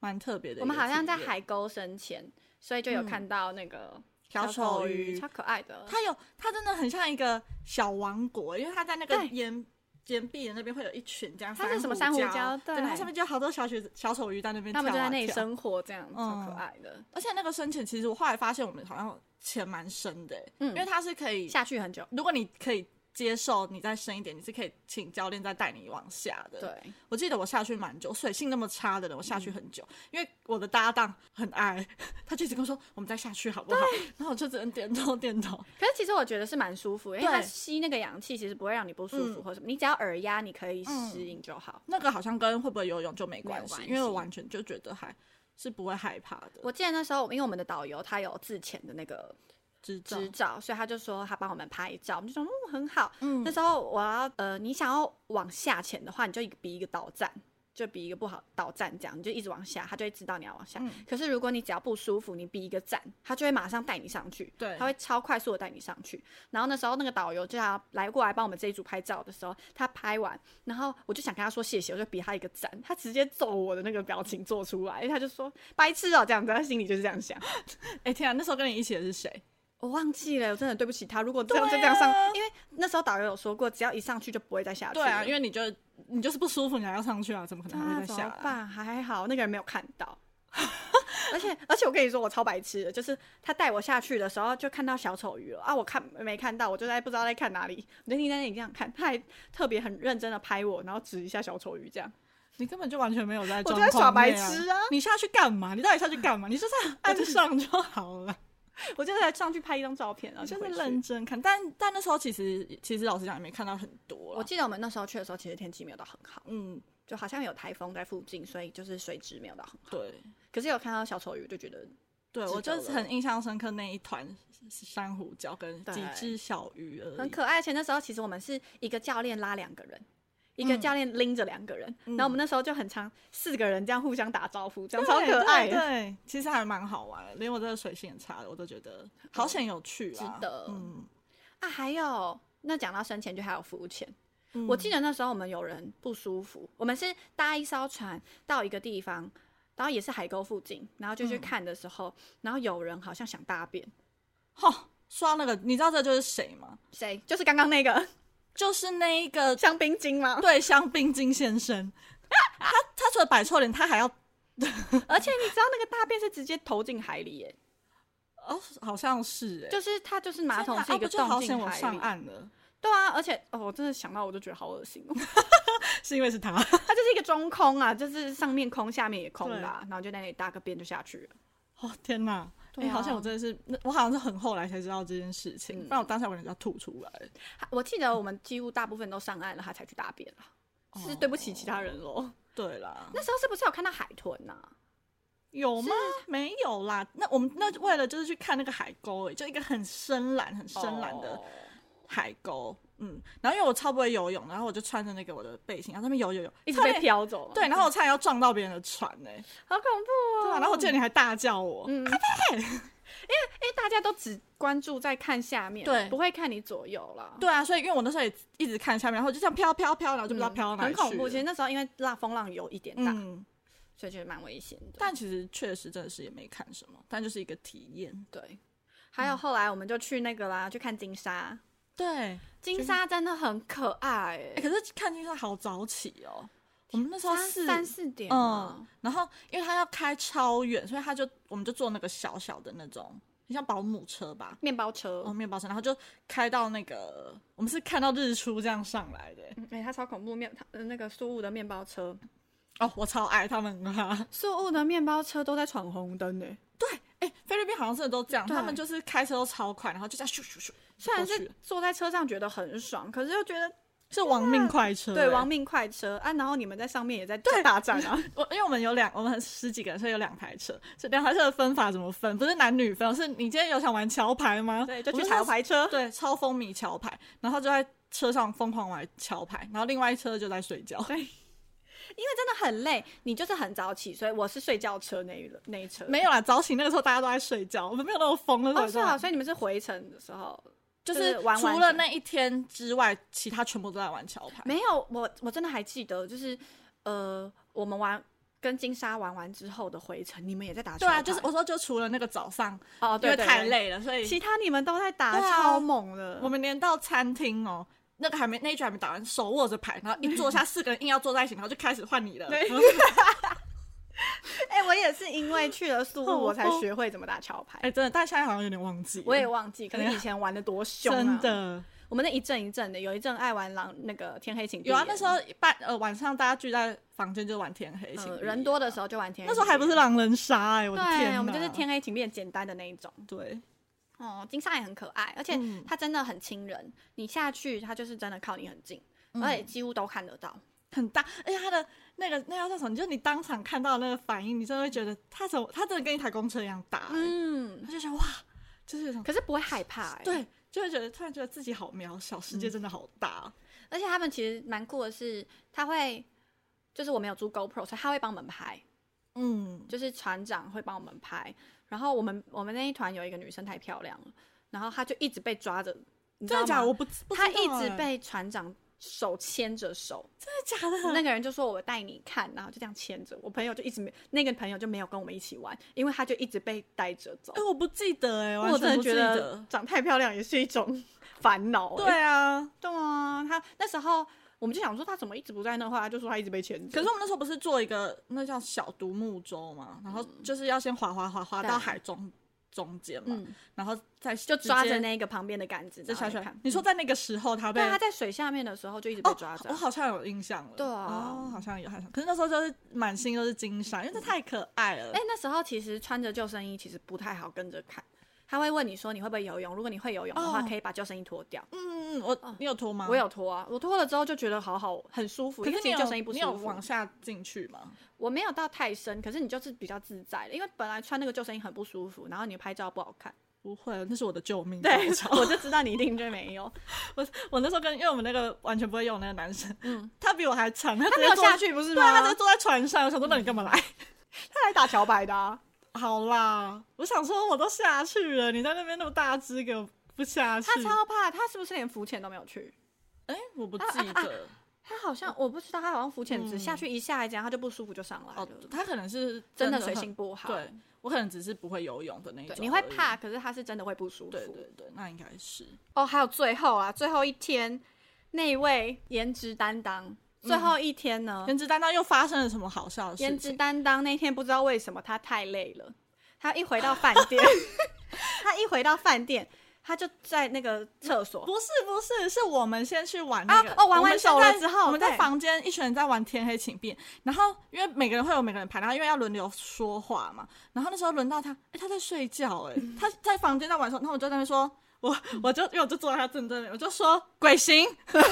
蛮特别的一个体验，嗯我们好像在海沟深潜，所以就有看到那个小丑鱼，鱼超可爱的。它有，它真的很像一个小王国，因为它在那个对岩岩壁的那边会有一群这样，它是什么珊瑚礁对，对它上面就有好多小雪小丑鱼在那边跳他啊们跳，就在那里生活，这样、嗯超可爱的，而且那个深潜，其实我后来发现我们好像潜蛮深的、嗯欸，因为它是可以，下去很久。如果你可以接受你再深一点，你是可以请教练再带你往下的。，对，嗯我记得我下去蛮久，水性那么差的人，我下去很久，因为我的搭档很矮， 他就一直跟我说我们再下去好不好？然后我就只能点头 点头。可是其实我觉得是蛮舒服，因为对嗯它吸那个氧气，其实不会让你不舒服或什么，你只要耳压，你可以适应就好。那个好像跟会不会游泳就没关没有系，关系因为我完全就觉得还是不会害怕的。我记得那时候，因为我们的导游他有自潜的那个知道执照，所以他就说他帮我们拍照，我们就说嗯很好。嗯那时候我要呃，你想要往下潜的话，你就一个比一个倒站，就比一个不好倒站这样，你就一直往下，他就会知道你要往下。嗯可是如果你只要不舒服，你比一个站，他就会马上带你上去，对他会超快速的带你上去。然后那时候那个导游就要来过来帮我们这一组拍照的时候，他拍完，然后我就想跟他说谢谢，我就比他一个赞，他直接揍我的那个表情做出来，他就说白痴哦、这样子，他心里就是这样想。哎、天啊，那时候跟你一起的是谁？我忘记了，我真的对不啊起他。如果这样、就这样上，因为那时候导游有说过，只要一上去就不会再下去对了。啊，因为你就你就是不舒服，你还要上去啊，怎么可能还啊会再怎下么来？办？还好那个人没有看到。 而且而且我跟你说，我超白痴的，就是他带我下去的时候就看到小丑鱼了啊，我看没看到，我就在不知道在看哪里，我就一直在那里这样看，他还特别很认真的拍我，然后指一下小丑鱼这样，你根本就完全没有在我状况、就在啊，耍白痴啊，你下去干嘛？你到底下去干嘛？你就在岸上就好 了，我就在上去拍一张照片，然后就真的回去认真看。但但那时候其实其实老实讲也没看到很多我了。记得我们那时候去的时候，其实天气没有到很好，嗯，就好像有台风在附近，所以就是水质没有到很好。对可是有看到小丑鱼，就觉得对，知我就道是了很印象深刻那一团珊瑚礁跟几对只小鱼而很已。可爱。而且那时候其实我们是一个教练拉两个人，一个教练拎着两个人，然后我们那时候就很常四个人这样互相打招呼，这样超 对可爱对的。对，其实还蛮好玩的，连我这个水性很差的，我都觉得好险有趣啊，嗯值得嗯，啊，还有那讲到生前就还有浮潜。嗯我记得那时候我们有人不舒服，我们是搭一艘船到一个地方，然后也是海沟附近，然后就去看的时候，嗯然后有人好像想大便，吼，说到那个，你知道这就是谁吗？谁？就是刚刚那个 就是那一个香槟精 吗？对香槟金先生， 他他除了摆臭脸，他还要而且你知道那个大便是直接投进海里耶，哦，好像是哎、欸，就是它就是马桶是天一哪啊个不就好洞险进我海上里。岸了，对啊，而且哦，我真的想到我就觉得好恶心哦。 是因为是他，它就是一个中空啊，就是上面空，下面也空吧、然后就在那里大个便就下去了。哦天哪！哎、对啊嗯好像我真的是，那我好像是很后来才知道这件事情，不然我当下我可能就要吐出来。我记得我们几乎大部分都上岸了，他才去大便了，哦啊是对不起其他人喽。对啦，那时候是不是有看到海豚啊呐、有吗？啊没有啦。那我们那为了就是去看那个海沟、欸，就一个很深蓝、很深蓝的哦海沟。嗯，然后因为我超不会游泳，然后我就穿着那个我的背心，然后他们游游游，一直差被点飘走了，对，然后我差点要撞到别人的船呢、欸。好恐怖哦。对啊，然后我记得你还大叫我，嗯，因为大家都只关注在看下面，对不会看你左右了。对啊，所以因为我那时候也一直看下面，然后就这样飘飘飘，然后就不知道嗯飘到哪很里去了、恐怖。其实那时候因为浪风浪有一点大，嗯，所以觉得蛮危险的。但其实确实真的是也没看什么，但就是一个体验。对，还有后来我们就去那个啦，去看金沙。对，金沙真的很可爱、欸，欸欸可是看金沙好早起哦，我们那时候三四三四点嘛，嗯，然后因为他要开超远，所以他就我们就坐那个小小的那种，很像保姆车吧，面包车，哦，面包车，然后就开到那个，我们是看到日出这样上来的欸。嗯，哎、它超恐怖，面它呃那个苏雾的面包车，哦，我超爱他们啊！苏雾的面包车都在闯红灯欸呢、哎、 菲律宾好像真的都这样，对他们就是开车都超快，然后就这样咻咻咻，虽过然去是坐在车上觉得很爽，可是又觉得是亡命快车、啊对欸亡命快车啊，然后你们在上面也在对大战啊， 我因为我们有两，我们十几个人，所以有两台车。所以两台车的分法怎么分？不是男女分，是你今天有想玩桥牌吗？对，就我去们桥那时牌 车，对，超风靡桥牌，然后就在车上疯狂玩桥牌，然后另外一车就在睡觉。因为真的很累，你就是很早起，所以我是睡觉车那一轮那一车，没有啦，早起那个时候大家都在睡觉，我们没有那么疯那时候哦也是在玩、啊，所以你们是回程的时候。就就是是玩玩除了那一天之外，其他全部都在玩桥牌。没有，我我真的还记得，就是呃，我们玩跟金沙玩完之后的回程，你们也在打球对牌。啊，就是我说就除了那个早上，哦，对，因为对太对累了，所以其他你们都在打，对啊超猛的。我们连到餐厅哦，那个还没那一局还没打完，手握着牌，然后一 坐下，四个人硬要坐在一起，然后就开始换你了。对然后 哎、我也是因为去了宿好务，我才疯学会怎么打桥牌哎、。真的，但现在好像有点忘记了。我也忘记，可是对啊以前玩的多凶、啊，真。的我们那一阵一阵的，有一阵爱玩狼那个天黑请闭有眼啊，那时、候半呃晚上大家聚在房间就玩天黑，呃请闭眼人多的时候就玩天啊黑，那时候还不是。狼人杀哎、我的天对，哪，我们就是天黑请闭眼简单的那一种。对，哦，金沙也很可爱，而且嗯它真的很亲人。你下去，它就是真的靠你很近，嗯而且几乎都看得到。很大，而且他的那个那叫什么？就是你当场看到的那个反应，你真的会觉得他怎么他真的跟一台公车一样大、欸，嗯，他就想哇，就是有种可是不会害怕、欸。， 对，就会觉得突然觉得自己好渺小，世界真的好大。而且他们其实蛮酷的是，他会就是我没有租 GoPro，所以他会帮我们拍。嗯，就是船长会帮我们拍。然后我们我们那一团有一个女生太漂亮了，然后她就一直被抓着，你知真道的假的？我吗？不，不知她道一直欸被船长手牵着手，真的假的？那个人就说我带你看，然后就这样牵着。我朋友就一直没，那个朋友就没有跟我们一起玩，因为他就一直被带着走哎、。我不记得哎、完我全真不的觉记得长太漂亮也是一种 烦恼、欸。对啊。对啊，他那时候我们就想说他怎么一直不在那话，他就说他一直被牵着。可是我们那时候不是做一个那叫小独木舟嘛，然后就是要先滑滑滑滑对到海中中间嘛，嗯，然后再就就抓着那个旁边的杆子，再然后下再去看。。嗯你说在那个时候嗯啊他被哦对，啊他在水下面的时候就一直被抓着我。好像有印象了，对啊哦，好像有，好像。可是那时候就是满心都是金闪，因为这太可爱了。哎、那时候其实穿着救生衣其实不太好跟着看，他会问你说你会不会游泳，如果你会游泳的话，哦可以把救生衣脱掉。嗯嗯，嗯我你有脱吗？我。有脱啊，我脱了之后就觉得好好，很舒服。可因是为其你实有救生衣不你舒有服往，下进去吗？我没有到太深，可是你就是比较自在的，因为本来穿那个救生衣很不舒服，然后你拍照不好看。不会，那是 我的救命对 稻，草。我就知道你一定就没有，我那时候跟因为我们那个完全不会用的那个男生， 他比我还惨，嗯他 他他没有下，去不是对啊，他吗？直接坐在船上，我想说那你干嘛来？ 他来打桥牌的、啊，好啦，我想说我都下去了，你在那边那么大只，给我不下去。 他超怕，他是不是连浮潜都没有去？哎、我不记得、他好像我嗯不知道，他好像浮潜只下去一下来讲，他就不舒服就上来了，哦，他可能是真的的水很性不好。对我可能只是不会游泳的那一对种，你会怕，。可是他是真的会不舒服。对对对，那应该是哦，还有最后啊，最后一天那一位颜值担当，最后嗯一天呢，颜值担当又发生了什么好笑的事颜值情？担当那天不知道 为什么他太累了，他一回到饭店，他一回到饭店，他就在那个厕所，不是不是，是我们先去玩那个啊哦玩完我们现手在了之后，我们在对房间一群人在玩天黑请闭眼，然后因为每个人会有每个人牌，然后因为要轮流说话嘛，然后那时候轮到他，哎、他在睡觉、哎、他在房间在玩的时候，然后我就在那边说，我我就因为我就坐在他正对面，我就说鬼行， 然后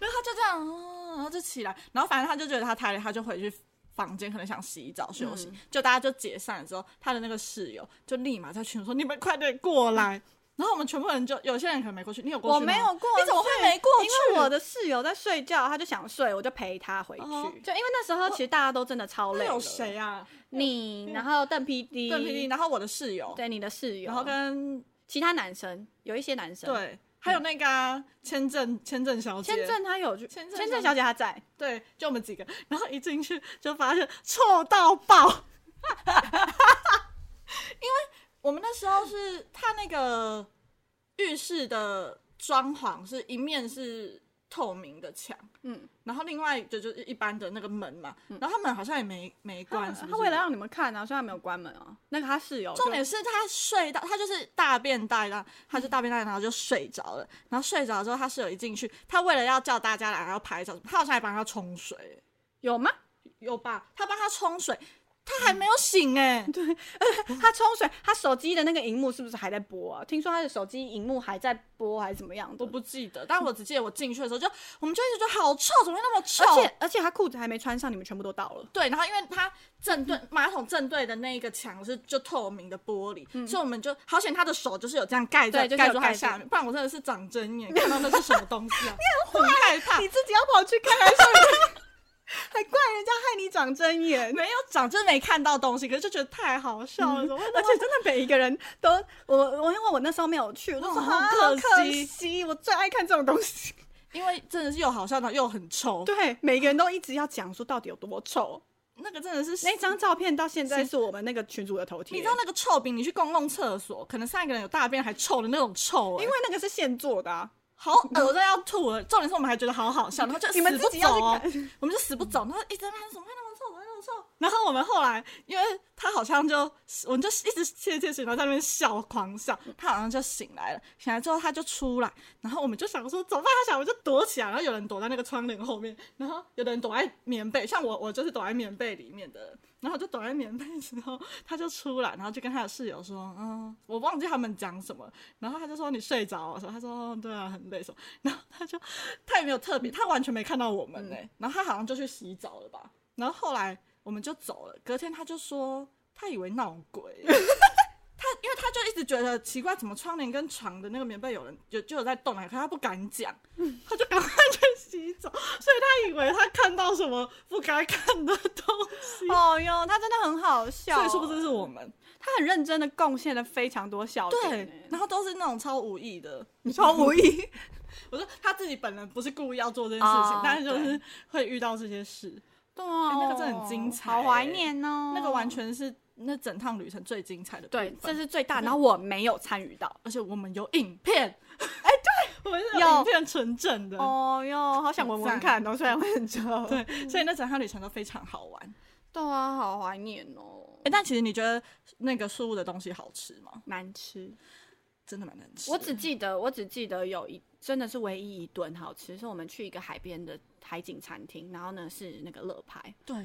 他就这样，嗯然后就起来，然后反正他就觉得他太累，他就回去。房间可能想洗澡休息，就大家就解散了之后，他的那个室友就立马在群里说：“你们快点过来！”然后我们全部人就有些人可能没过去，你有过去我吗没有过去，你怎么会没过去？因为我的室友在睡觉，他就想睡，我就陪他回去。哦就因为那时候其实大家都真的超累那了，有谁啊？你，然后邓 PD，邓 PD，然后我的室友，对你的室友，然后跟其他男生有一些男生，，对，还有那个嗯啊签证签证小姐，签证他有去，签签证证小姐她在，对，就我们几个，然后一进去就发现臭到爆， 因为我们那时候是他那个浴室的装潢是一面是透明的墙，嗯，然后另外就就是一般的那个门嘛，然后他门好像也没没他关，是不他是为了让你们看啊，虽然没有关门啊，那个他室友就重点是他睡到，他就是大便大一大，他就大便大一大，然后就睡着了。然后睡着之后，他室友一进去，他为了要叫大家来，然后拍照，他好像还帮他冲水，有吗？有吧？他帮他冲水，他还没有醒哎、嗯对，他冲水，他手机的那个荧幕是不是还在播啊？听说他的手机荧幕还在播，还是怎么样的？我不记得，但我只记得我进去的时候就，我们就一直觉得好臭，怎么会那么臭？而且而且他裤子还没穿上，你们全部都到了。对，然后因为它正对马桶正对的那一个墙是就透明的玻璃，所以我们就好险他的手就是有这样盖在嗯对就是盖有住他盖的住下面，不然我真的是长针眼，看到那是什么东 西啊，你很害怕。自己要跑去看，还说人家 还怪人家害你长针眼。没有长，就是没看到东西，可是就觉得太好笑了，怎么会那嗯而么且真的每一个人都，我我因为我那时候没有去，我就说、哦好啊可可惜惜，我最爱看这种东西。因为真的是又好笑，然后又很臭， 对，每个人都一直要讲说到底有多臭。那个真的是那张照片到现在是我们那个群主的头贴，你知道那个臭比你去公共厕所，可能上一个人有大便还臭的那种臭、欸，因为那个是现做的、啊，好恶心，我真的要吐了。重点是我们还觉得好好笑，然后就你们死不自己要走去哦看，我们就死不走，然后一直在那边怎么会那么臭，怎么会那么臭？然后我们后来，因为他好像就，我们就一直窃窃私语，然后在那边笑，狂笑。他好像就醒来了，醒来之后他就出来，然后我们就想说怎么办？他想我就躲起来，然后有人躲在那个窗帘后面，然后有的人躲在棉被，像我，我就是躲在棉被里面的人。然后我就躲在棉被之后，他就出来，然后就跟他的室友说：“嗯，我忘记他们讲什么。”然后他就说：“你睡着了。”说：“他说、哦对啊，很累。”什么？然后他就他也没有特别，他完全没看到我们呢、嗯然后他好像就去洗澡了吧。然后后来我们就走了，隔天他就说他以为闹鬼、 他因为他就一直觉得奇怪，怎么窗帘跟床的那个棉被有人有就有在动啊，可他不敢讲，嗯他就赶快去洗澡，所以他以为他看到什么不该看的东西。哦哟，他真的很好笑哦所以说不定是我们他很认真的贡献了非常多笑点、欸对，然后都是那种超无意的，超无意。我说他自己本人不是故意要做这件事情，哦但是就是会遇到这些事。对、啊，那个真的很精彩好怀欸念哦。那个完全是那整趟旅程最精彩的部对分，，这是最大，然后我没有参与到。而且我们有影 片，哎、对，我们是有有影片存证的，哦嗯哟，好想闻闻看哦，虽然会很臭。嗯对，所以那整趟旅程都非常好玩。对啊，好怀念哦哎、，但其实你觉得那个树屋的东西好吃吗？难吃。真的蛮难吃的。我只记得，我只记得有一，真的是唯一一顿好吃，是我们去一个海边的海景餐厅，然后呢是那个乐牌，对，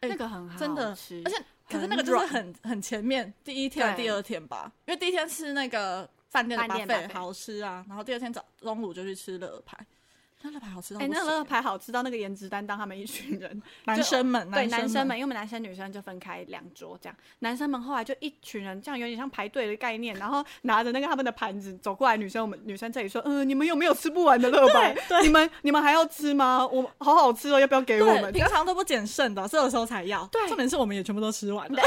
哎那个很好真的吃，，而且可是那很个就是软很很前面第一天、对第二天吧，因为第一天吃那个饭店的饭店 buffet buffet 好吃啊，然后第二天早中午就去吃乐牌，那乐牌好吃到哎、不那个乐行牌好吃到那个颜值担当他们一群人，男生们对男男生生们，因为我们男生女生就分开两桌这样，男生们后来就一群人这样，有点像排队的概念，然后拿着那个他们的盘子走过来，女生我们女生这里说，嗯、你们有没有吃不完的乐牌？你们你们还要吃吗？我好好吃哦，要不要给我对，们？平常都不捡剩的，所以有时候才要。对重点是我们也全部都吃完了，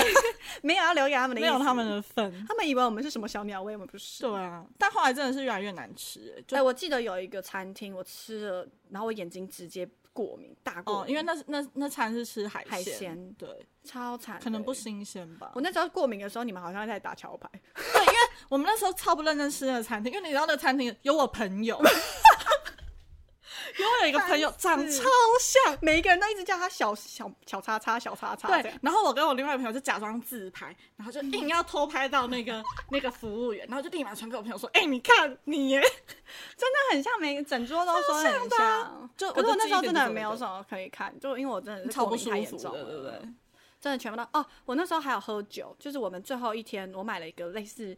没有要留给他们的意 没思，有他们，的份。他们以为我们是什么小鸟胃，我们不是。对啊，但后来真的是越来越难吃、哎哎、就我记得有一个餐厅，我吃了，然后我眼睛直接过敏，大过哦敏，，因为那那那餐是吃海海鲜鲜，对，超惨，欸可能不。新鲜吧。我那时候过敏的时候，你们好像在打桥牌， 我们那时候超不认真吃那个餐厅，因为你知道那个餐厅有我朋友，因为我有一个朋友长烦死超像，每一个人都一直叫他小小小叉叉小叉叉这对样，，然后我跟我另外一个朋友就假装自拍，然后就硬要偷拍到那 个那个服务员，然后就立马传给我朋友说：“哎、你看你耶真的很像，每整桌都说得超像很吧像。啊就可是我我就那时候记忆点真的就没这有个什么可以看，就因为我真的是超过不敏舒太服严的重啊了，对不对真的全部都哦，我那时候还有喝酒，就是我们最后一天，我买了一个类似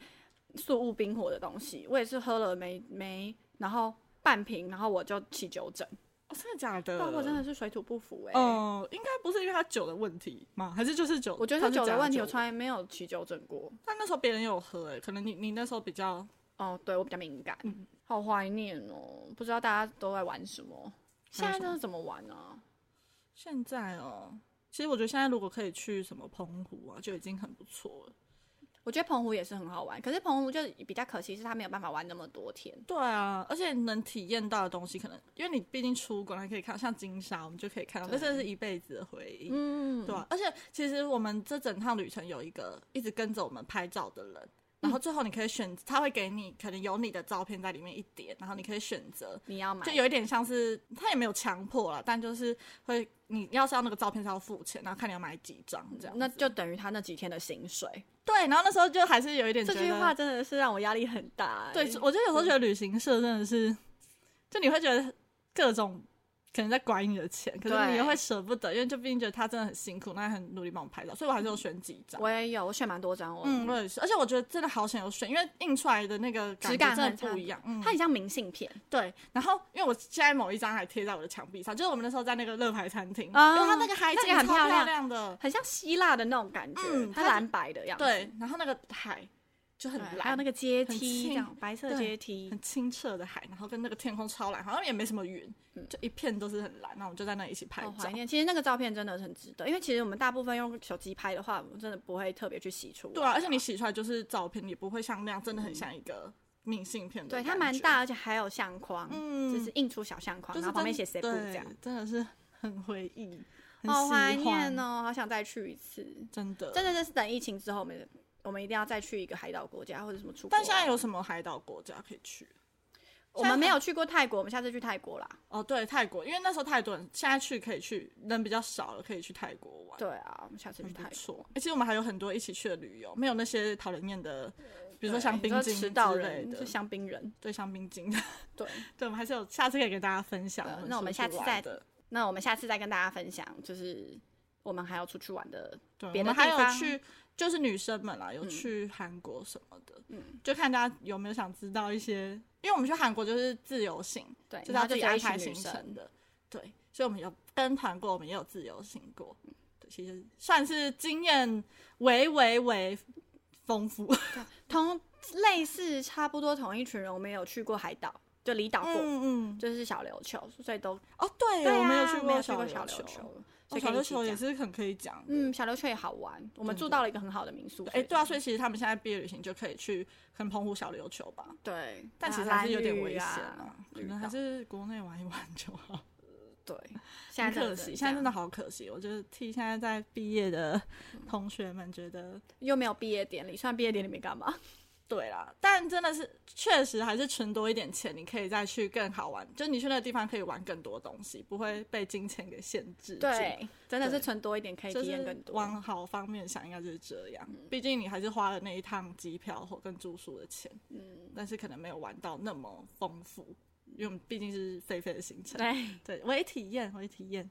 素物冰火的东西，我也是喝了没没，然后半瓶，然后我就起酒疹，！”哦，真的假的？但我啊真的是水土不服哎、哦、应该不是因为他酒的问题吗？还是就是酒？我觉得他是酒的问题，我我从来没有起酒疹过。但那时候别人也有喝、哎，可能你你那时候比较哦，对我比较敏感，好怀念哦，不知道大家都在玩什么，现在什都是怎么玩啊？现在哦。其实我觉得现在如果可以去什么澎湖啊，就已经很不错了。我觉得澎湖也是很好玩，可是澎湖就比较可惜，是它没有办法玩那么多天。对啊，而且能体验到的东西，可能因为你毕竟出国，还可以看像金沙，我们就可以看到，这真的是一辈子的回忆。嗯，对啊，而且其实我们这整趟旅程有一个一直跟着我们拍照的人，然嗯后最后你可以选，他会给你可能有你的照片在里面一点，然后你可以选择，你要买就有一点像是他也没有强迫啦，但就是会你要是要那个照片是要付钱，然后看你要买几张这样。那就等于他那几天的薪水。对，然后那时候就还是有一点这觉句得话真的是让我压力很大、欸对，我就有时候觉得旅行社真的是，就你会觉得各种可能在拐你的钱，可是你对又会舍不得，因为就毕竟觉得他真的很辛苦，那也很努力帮我拍照，所以我还是有选几张。我也有，我选蛮多张哦。嗯，我也是，而且我觉得真的好想有选，因为印出来的那个质感感觉真很的差不一样。嗯它，很像明信片，对。然后因为我现在某一张还贴在我的墙壁上，就是我们那时候在那个乐牌餐厅，啊因为它那个海景那个很超漂亮亮的，很像希腊的那种感觉，嗯它它蓝白的样子。对。然后那个海就很嗯对，还有蓝那，个阶很梯，这清样白色对阶梯，很清澈的海，然后跟那个天空超蓝，好像也没什么云，就一片都是很蓝。那我们就在那里一起拍嗯好照哦怀。念。其实那个照片真的很值得，因为其实我们大部分用手机拍的话，我们真的不会特别去洗出来。对啊，而且你洗出来就是照片，也不会像那样，真的很像一个明信片的。嗯对它蛮，大，而且还有相框，嗯，就是印出小相框，就然是后旁边写真“谁不”这样对。真的是很回忆，很好喜怀欢念哦，好想再去一次。真的，真的是等疫情之后，我们我们一定要再去一个海岛国家或者什么出国。但现在有什么海岛国家可以去？我们没有去过泰国，我们下次去泰国啦。哦，对，泰国，因为那时候泰国人现在去可以去，人比较少了，可以去泰国玩，对啊，我们下次去很不泰国。错。而且我们还有很多一起去的旅游，没有那些讨人厌的，比比如说香槟精之迟到类人，的就，香槟人。对，香槟精。 对， 对，我们还是有下次可以跟大家分享对我们出去玩的。那我们下次再那我们下次再跟大家分享，就是我们还要出去玩的。对，别我的们还地有方嗯去，就是女生们啦，有去韩国什么的，嗯，就看大家有没有想知道一些，因为我们去韩国就是自由行，对，就是要然后自就己只有安一群排行女生。程的，对，所以我们有跟团过，我们也有自由行过，对，其实算是经验微微微丰富，同类似差不多同一群人，我们也有去过海岛，就离岛过，嗯嗯，就是小琉球，所以都哦对，对啊我们有去没有小过琉琉球，球，哦所以小可以琉一起球也讲是很可以讲的，嗯，小琉球也好玩，我们真住的到了一个很好的民宿。哎、所以对啊，所以其实他们现在毕业旅行就可以去，可能澎湖小琉球吧，对，但啊其实还蓝是有点屿危险啊啊，，可能还绿岛是国内玩一玩就好。对。现在很真可的只惜，能现在真这样的好可惜。我就是替现在在毕业的同学们觉得，又没有毕业典礼，虽然毕业典礼没干嘛，对啦，但真的是确实还是存多一点钱，你可以再去更好玩，就你去那个地方可以玩更多东西，不会被金钱给限制住。，对，真的是 对存多一点可以就体验是更多。嗯往好方面想，应该就是这样。毕竟你还是花了那一趟机票或跟住宿的钱，嗯，但是可能没有玩到那么丰富，因为我们毕竟是飞飞的行程。对。对，我也体验，我也体验。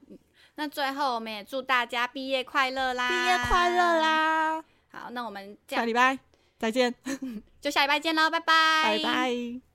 那最后我们也祝大家毕业快乐啦！毕业快乐！啦！好，那我们这下样礼拜再见，就下礼拜见喽，拜拜，拜拜。